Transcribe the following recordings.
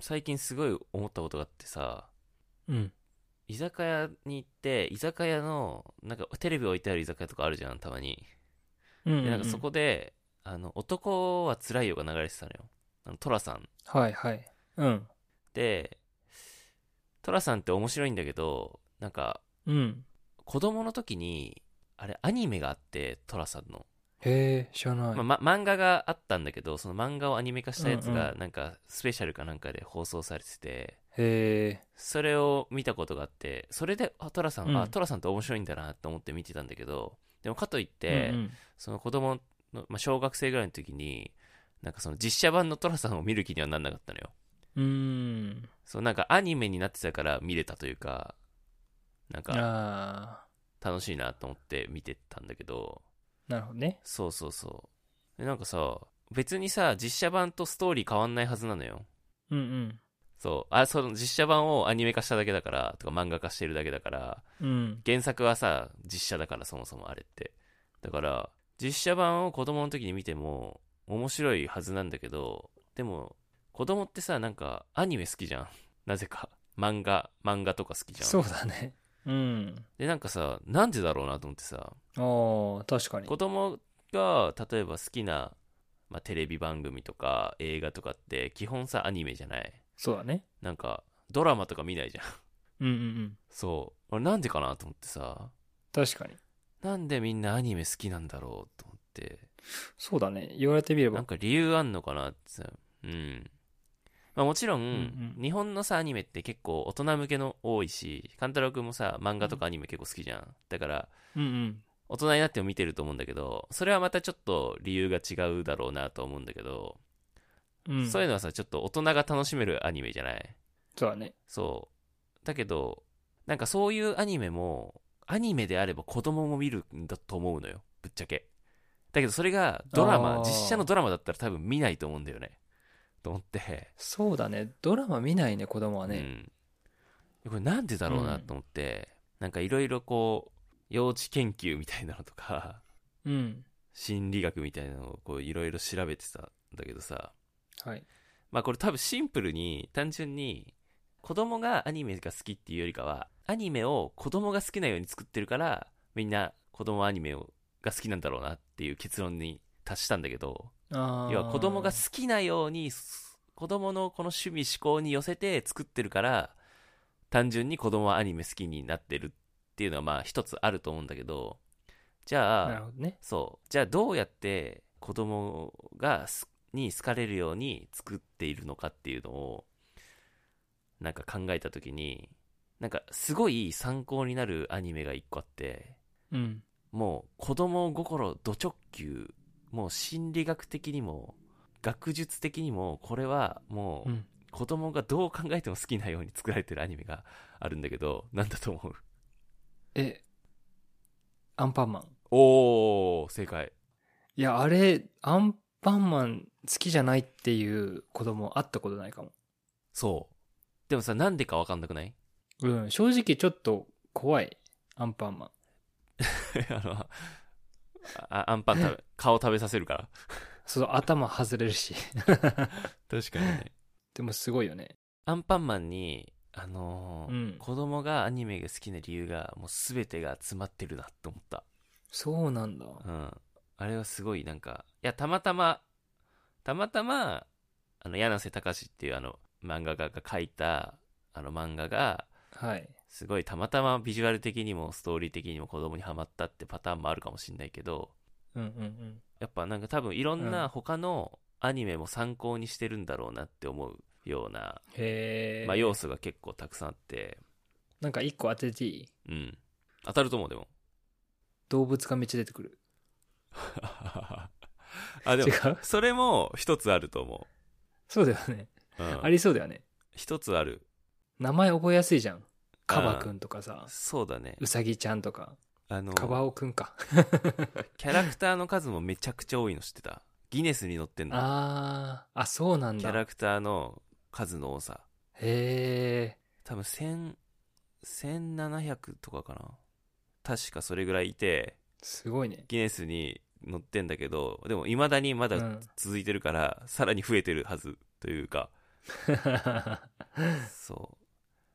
最近すごい思ったことがあってさ、うん。居酒屋に行って、居酒屋の、なんかテレビ置いてある居酒屋とかあるじゃん、たまに。うんで、なんかそこで、あの、男は辛いよが流れてたのよ。あの、トラさん。はいはい。うん。で、トラさんって面白いんだけど、なんか、うん。子供の時に、あれ、アニメがあって、トラさんの。へえ、知らない。まあま、漫画があったんだけど、その漫画をアニメ化したやつうんがう、なんか、スペシャルかなんかで放送されてて、へえ。それを見たことがあってそれであトラさん、うんあトラさんって面白いんだなと思って見てたんだけどでもかといって、うんうんその子供の、まあ、小学生ぐらいの時になんかその実写版のトラさんを見る気にはなんなかったのようーん。そうなんかアニメになってたから見れたというかなんかあ楽しいなと思って見てたんだけどあ、なるほどね。そうそうそうでなんかさ別にさ実写版とストーリー変わんないはずなのようんうん。そうあその実写版をアニメ化しただけだからとか漫画化してるだけだからうん。原作はさ実写だからそもそもあれってだから実写版を子供の時に見ても面白いはずなんだけどでも子供ってさなんかアニメ好きじゃん なぜか漫画漫画とか好きじゃんそうだね。うん。でなんかさなんでだろうなと思ってさああ、確かに。子供が例えば好きな、まあ、テレビ番組とか映画とかって基本さアニメじゃないそうだね。なんかドラマとか見ないじゃんうんうんうん。そう俺なんでかなと思ってさ確かに。なんでみんなアニメ好きなんだろうと思ってそうだね。言われてみれなんば。か理由あんのかなってさうん。まあもちろん、んうん日本のさ、アニメって結構大人向けの多いし、勘太郎くんもさ、漫画とかアニメ結構好きじゃん。だから、うんうん。大人になっても見てると思うんだけど、それはまたちょっと理由が違うだろうなと思うんだけど、うん、そういうのはさ、ちょっと大人が楽しめるアニメじゃないそうだね。そう。だけど、なんかそういうアニメも、アニメであれば子供も見るんだと思うのよ、ぶっちゃけ。だけどそれがドラマあ、ー実写のドラマだったら多分見ないと思うんだよね。と思って、そうだね。ドラマ見ないね、子供はうね。ん、これなんでだろうなと思って、なんかいろいろこう、幼稚研究みたいなのとか、うん。心理学みたいなのをこういろいろ調べてたんだけどさ、はい。まあこれ多分シンプルに単純に子供がアニメが好きっていうよりかはアニメを子供が好きなように作ってるからみんな子供アニメをが好きなんだろうなっていう結論に達したんだけどああ。要は子供が好きなようにす子供のこの趣味思考に寄せて作ってるから単純に子供はアニメ好きになってるっていうのはまあ一つあると思うんだけどじゃあなるほどね。そうじゃあどうやって子供がすに好かれるように作っているのかっていうのをなんか考えた時になんかすごい参考になるアニメが一個あってうん。もう子供心ド直球もう心理学的にも学術的にもこれはもう。うん子供がどう考えても好きなように作られてるアニメがあるんだけどなんだと思うえ、アンパンマン。おー正解いや、あれ、アンパンマン好きじゃないっていう子供会ったことないかも。そうでもさなんでか分かんなくないうん、正直ちょっと怖い、アンパンマン。 あの、あアンパン 食べ、顔食べさせるから。そう、頭外れるし。 確かにね。でもすごいよね。アンパンマンに、あのーうん子供がアニメが好きな理由が、もう全てが詰まってるなって思った。そうなんだ。うん。あれはすごい、なんか、いや、たまたま、たまたま、あの、柳瀬隆っていうあの、漫画家が書いた、あの漫画が、はい。すごいたまたまビジュアル的にもストーリー的にも子供にはまったってパターンもあるかもしんないけど、うんうんやっぱなんか多分いろんうなん他のアニメも参考にしてるんだろうなって思うような、うん。へえ。まあ、要素が結構たくさんあってなんか一個当てていいうん当たると思うで も動物がめっちゃ出てくる。あで違もうそれも一つあると思そうだよね。う、うんありそうだよね。一つある名前覚えやすいじゃん。カバくんとかさ、そうだねウサギちゃんとか、あのカバオくんか。キャラクターの数もめちゃくちゃ多いの知ってたギネスに載ってんのあー、あ、そうなんキだ。ャへラクターの数の多さえ。多分1000 1700とかかな確かそれぐらいいてすごいね。ギネスに載ってんだけどでも未だにまうだん。続いてるから、さらに増えてるはずというか そう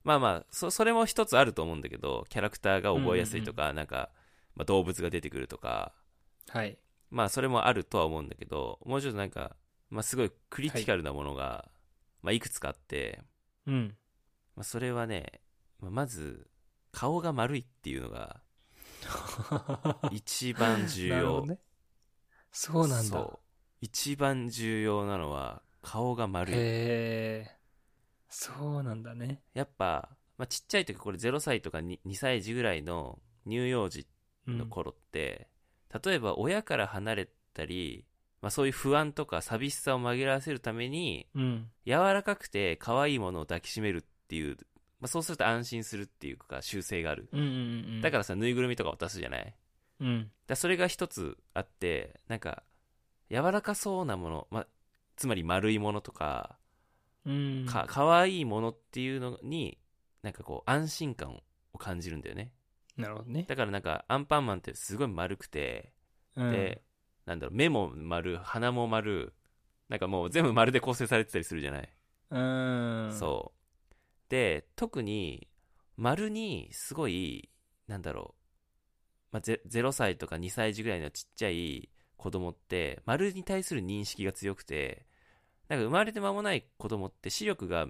まあまあそそれも一つあると思うんだけどキャラクターが覚えやすいとか、なんか、まあ、動物が出てくるとかはい。まあそれもあるとは思うんだけどもうちょっとなんか、まあ、すごいクリティカルなものが、いまあ、いくつかあって、 うん。まあ、それはね、まあまず顔が丸いっていうのが一番重なるほ要どね。そうなんだ。そう一番重要なのは顔が丸いへえ。そうなんだね。やっぱ、まあ、ちっちゃい時これ0歳とか 2, 2歳児ぐらいの乳幼児うんの頃って、例えば親から離れたり、まあ、そういう不安とか寂しさを紛らわせるためにうん。柔らかくて可愛いものを抱きしめるっていう、まあ、そうすると安心するっていうか習性があるうんうんうんうん。、だからさぬいぐるみとか渡すじゃないだからうん。らそれが一つあってなんか柔らかそうなもの、まあ、つまり丸いものとかうん。か可愛いものっていうのになんかこう安心感を感じるんだよねなるほどね。だからなんかアンパンマンってすごい丸くて、うん、でなんだろう目も丸鼻も丸なんかもう全部丸で構成されてたりするじゃない、うん。そうで特に丸にすごいなんだろう、まあ、ゼ0歳とか2歳児ぐらいのちっちゃい子供って丸に対する認識が強くてなんか生まれて間もない子供って視力が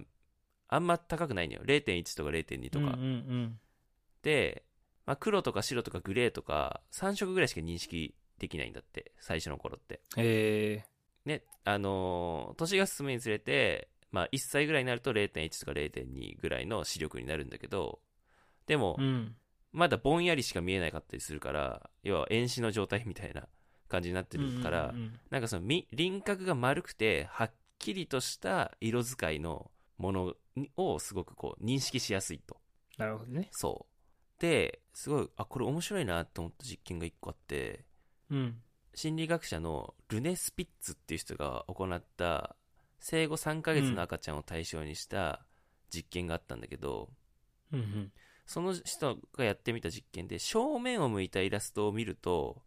あんま高くないのよ0.1とか0.2とか、うんうんで、まあ、黒とか白とかグレーとか3色ぐらいしか認識できないんだって最初の頃ってうん。へえ。ねあのー年が進むにつれて、まあ、1歳ぐらいになると0.1とか0.2ぐらいの視力になるんだけどでもうん。まだぼんやりしか見えなかったりするから要は遠視の状態みたいな感じになってるから、うんうんなんかそのみ輪郭が丸くてはっきりとした色使いのものにをすごくこう認識しやすいとなるほどね。そう。で、すごい、あ、これ面白いなと思った実験が一個あって、うん。心理学者のルネ・スピッツっていう人が行った生後3ヶ月の赤ちゃんを対象にした実験があったんだけど、うんうん。その人がやってみた実験で正面を向いたイラストを見ると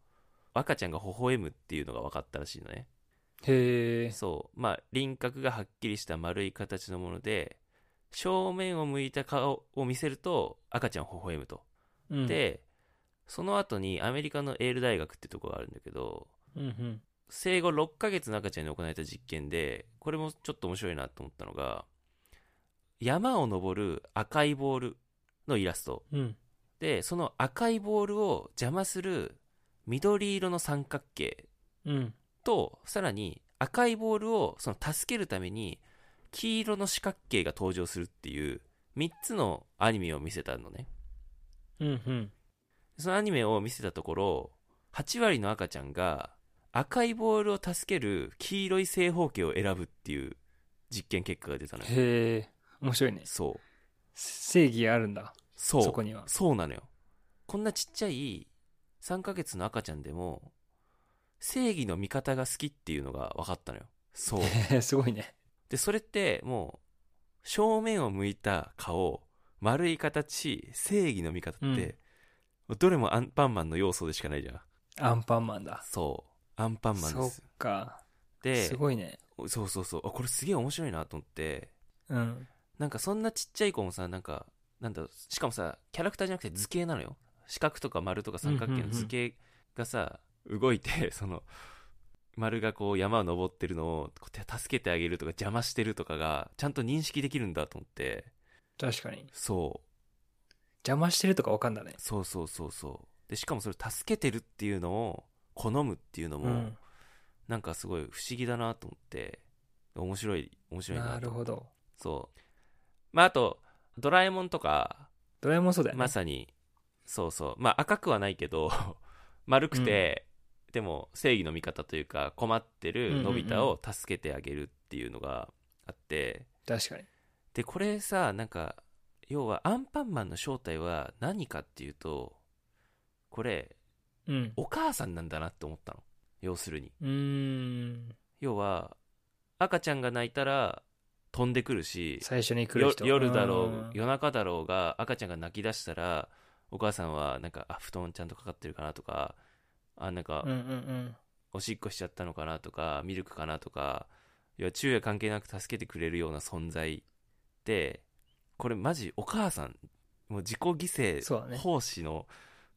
赤ちゃんが微笑むっていうのが分かったらしいのね。へえ。そうまあ輪郭がはっきりした丸い形のもので正面を向いた顔を見せると赤ちゃん微笑むと。うん、で、その後にアメリカのエール大学ってとこがあるんだけど、うんうん。生後6ヶ月の赤ちゃんに行われた実験で、これもちょっと面白いなと思ったのが、山を登る赤いボールのイラスト。うん。で、その赤いボールを邪魔する緑色の三角形うん。と、さらに赤いボールをその助けるために黄色の四角形が登場するっていう3つのアニメを見せたのね。うんうん。そのアニメを見せたところ、8割の赤ちゃんが赤いボールを助ける黄色い正方形を選ぶっていう実験結果が出たのよ。へえ。面白いね。そう。正義あるんだ。そう。そこには。そうなのよ。こんなちっちゃい3ヶ月の赤ちゃんでも、正義の味方が好きっていうのが分かったのよ。そう。へ え、すごいね。で、それってもう、正面を向いた顔、丸い形、正義の味方って、どれもアンパンマンの要素でしかないじゃん。アンパンマンだ。そう。アンパンマンそでっす。か。で、すごいね。そうそうそう。あ、これすげえ面白いなと思って、うん。なんかそんなちっちゃい子もさ、なんか、なんだろうしかもさ、キャラクターじゃなくて図形なのよ。四角とか丸とか三角形の図形がさ、動いて、 その、丸がこう山を登ってるのをこう手助けてあげるとか邪魔してるとかがちゃんと認識できるんだと思って確かに。そう邪魔してるとかわかんだね。そうそうそうそうでしかもそれ助けてるっていうのを好むっていうのも、うん。なんかすごい不思議だなと思って面白い面白いなとなるほど。そうまああとドラえもんとかドラえもんそうだよね。まさにそうそうまあ赤くはないけど 丸くて、でも正義の味方というか困ってうんうんうるんのび太を助けてあげるっていうのがあって確かに。でこれさなんか要はアンパンマンの正体は何かっていうとこれうん。お母さんなんだなって思ったの要するにうーん。要は赤ちゃんが泣いたら飛んでくるし最初に来る人。よ夜だろんう夜中だろうが赤ちゃんが泣き出したらお母さんはなんかあ布団ちゃんとかかってるかなとかあなんかうんうんおしっこしちゃったのかなとかミルクかなとか要は昼夜関係なく助けてくれるような存在でこれマジお母さんもう自己犠そうだね牲奉仕の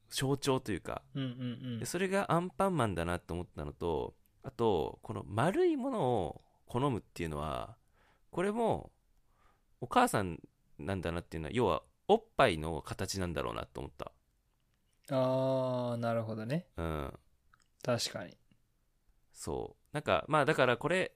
象徴というかうんうんうんでそれがアンパンマンだなと思ったのとあとこの丸いものを好むっていうのはこれもお母さんなんだなっていうのは要はおっぱいの形なんだろうなと思った、ああなるほどねうん、確かにそうなんかまあだからこれ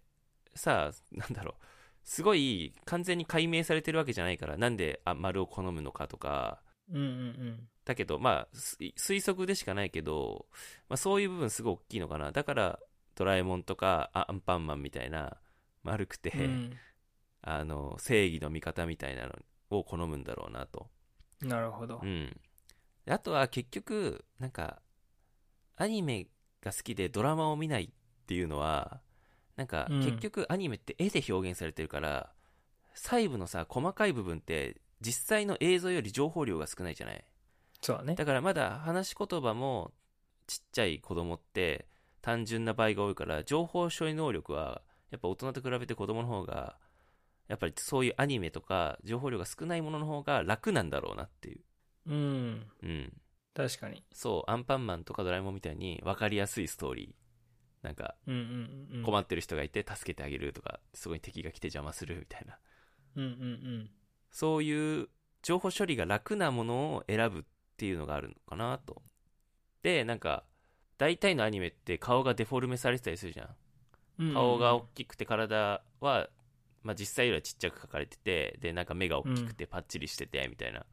さあなんだろうすごい完全に解明されてるわけじゃないからなんであ丸を好むのかとかうんうんだけどまあす推測でしかないけど、まあ、そういう部分すごい大きいのかなだからドラえもんとかあアンパンマンみたいな丸くて、うん、あの正義の味方みたいなのを好むんだろうなと、うん、なるほど、うん、であとは結局なんかアニメが好きでドラマを見ないっていうのはなんかうん結局アニメって絵で表現されてるから、細部のさ細かい部分って実際の映像より情報量が少ないじゃないそうだねだからまだ話し言葉もちっちゃい子供って単純な場合が多いから情報処理能力はやっぱ大人と比べて子供の方がやっぱりそういうアニメとか情報量が少ないものの方が楽なんだろうなっていううんうん確かにそうアンパンマンとかドラえもんみたいに分かりやすいストーリーなんかうんうんうん困ってる人がいて助けてあげるとかそこに敵が来て邪魔するみたいなうんうんうんそういう情報処理が楽なものを選ぶっていうのがあるのかなと。で、なんか、大体のアニメって顔がデフォルメされてたりするじゃうんうんん。顔が大きくて体は、まあ、実際よりはちっちゃく描かれてて、で、なんか目が大きくてパッチリしてて、みたいな。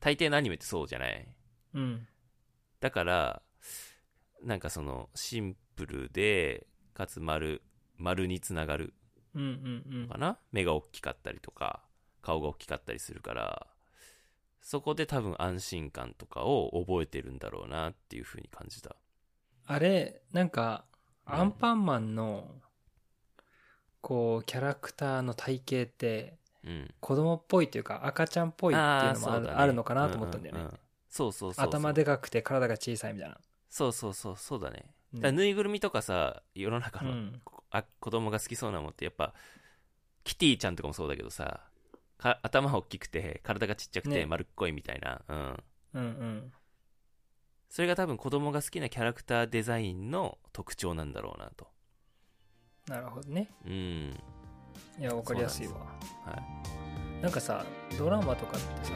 大抵のアニメってそうじゃない。うんだから、なんかその、シンプルで、かつ丸、丸につながるうんうんうんかな、目が大きかったりとか顔が大きかったりするからそこで多分安心感とかを覚えてるんだろうなっていう風に感じたあれなんかうんアンパンマンのこうキャラクターの体型ってうん子供っぽいというか赤ちゃんっぽいっていうのもあーそうる,、だねあるのかなと思ったんだよね、うううそうそうそうそう頭でかくて体が小さいみたいな、そうそうそうそうだねうんだからぬいぐるみとかさ世の中うの、んあ子供が好きそうなもんってやっぱキティちゃんとかもそうだけどさか頭大きくて体がちっちゃくてね丸っこいみたいな、うんうんうんそれが多分子供が好きなキャラクターデザインの特徴なんだろうなとなるほどねうんいやわかりやすいわ哎そうなんですなんかさドラマとかってさ